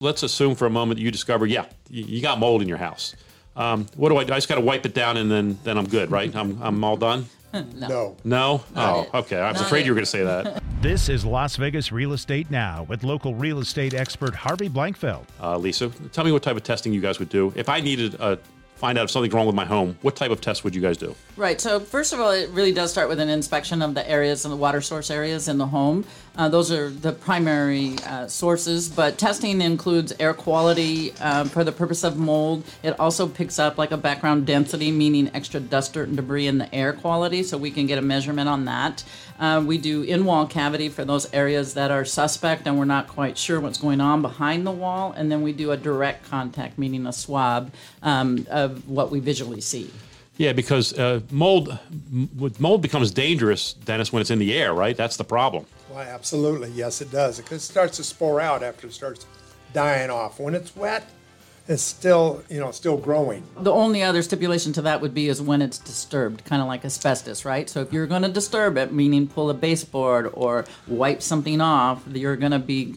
let's assume for a moment you discover, yeah, you, you got mold in your house. Um, what do I do? I just got to wipe it down and then then I'm good, right? I'm, I'm all done. No. No? Not oh, it. okay. I was Not afraid it. you were going to say that. This is Las Vegas Real Estate Now with local real estate expert Harvey Blankfeld. Uh, Lisa, tell me what type of testing you guys would do. If I needed to uh, find out if something's wrong with my home, what type of test would you guys do? Right. So first of all, it really does start with an inspection of the areas and the water source areas in the home. Uh, those are the primary uh, sources, but testing includes air quality um, for the purpose of mold. It also picks up like a background density, meaning extra dust, dirt, and debris in the air quality, so we can get a measurement on that. Uh, we do in-wall cavity for those areas that are suspect and we're not quite sure what's going on behind the wall, and then we do a direct contact, meaning a swab um, of what we visually see. Yeah, because uh, mold m- mold becomes dangerous, Dennis, when it's in the air, right? That's the problem. Why, absolutely. Yes, it does. It starts to spore out after it starts dying off. When it's wet, it's still, you know, still growing. The only other stipulation to that would be is when it's disturbed, kind of like asbestos, right? So if you're going to disturb it, meaning pull a baseboard or wipe something off, you're going to be,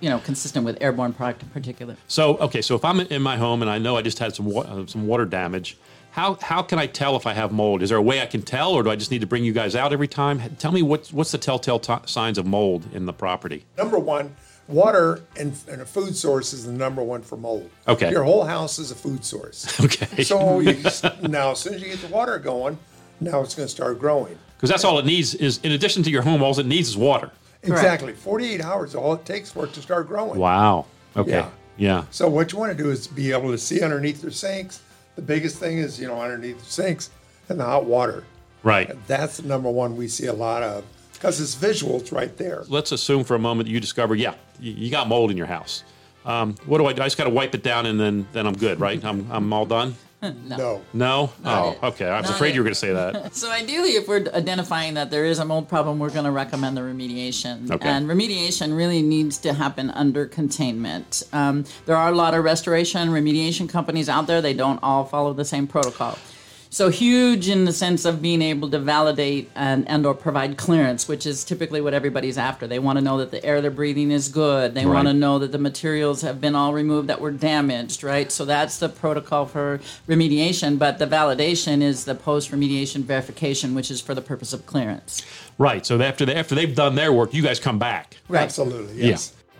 you know, consistent with airborne product particulate. So, okay, so if I'm in my home and I know I just had some wa- uh, some water damage, how how can I tell if I have mold? Is there a way I can tell, or do I just need to bring you guys out every time? H- Tell me what what's the telltale t- signs of mold in the property? Number one, water and, and a food source is the number one for mold. Okay. Your whole house is a food source. Okay. So you just, now, as soon as you get the water going, now it's going to start growing. Because that's all it needs is, in addition to your home, all it needs is water. Exactly. 48 hours is all it takes for it to start growing. Wow. Okay. Yeah. yeah. So what you want to do is be able to see underneath their sinks. The biggest thing is, you know, underneath the sinks and the hot water. Right. That's the number one we see a lot of because it's visual. It's right there. let's assume for a moment that you discover, yeah, you you got mold in your house. Um, what do I do? I just got to wipe it down and then then I'm good, right? I'm, I'm all done. No. No. oh, it. okay. I was Not afraid it. you were going to say that. So ideally, if we're identifying that there is a mold problem, we're going to recommend the remediation. Okay. And remediation really needs to happen under containment. Um, there are a lot of restoration remediation companies out there. They don't all follow the same protocol. So huge in the sense of being able to validate and, and or provide clearance, which is typically what everybody's after. They want to know that the air they're breathing is good. They want Right. to know that the materials have been all removed that were damaged, right? So that's the protocol for remediation, but the validation is the post remediation verification, which is for the purpose of clearance. right. So after they, after they've done their work, you guys come back. Absolutely. Yes. Yeah.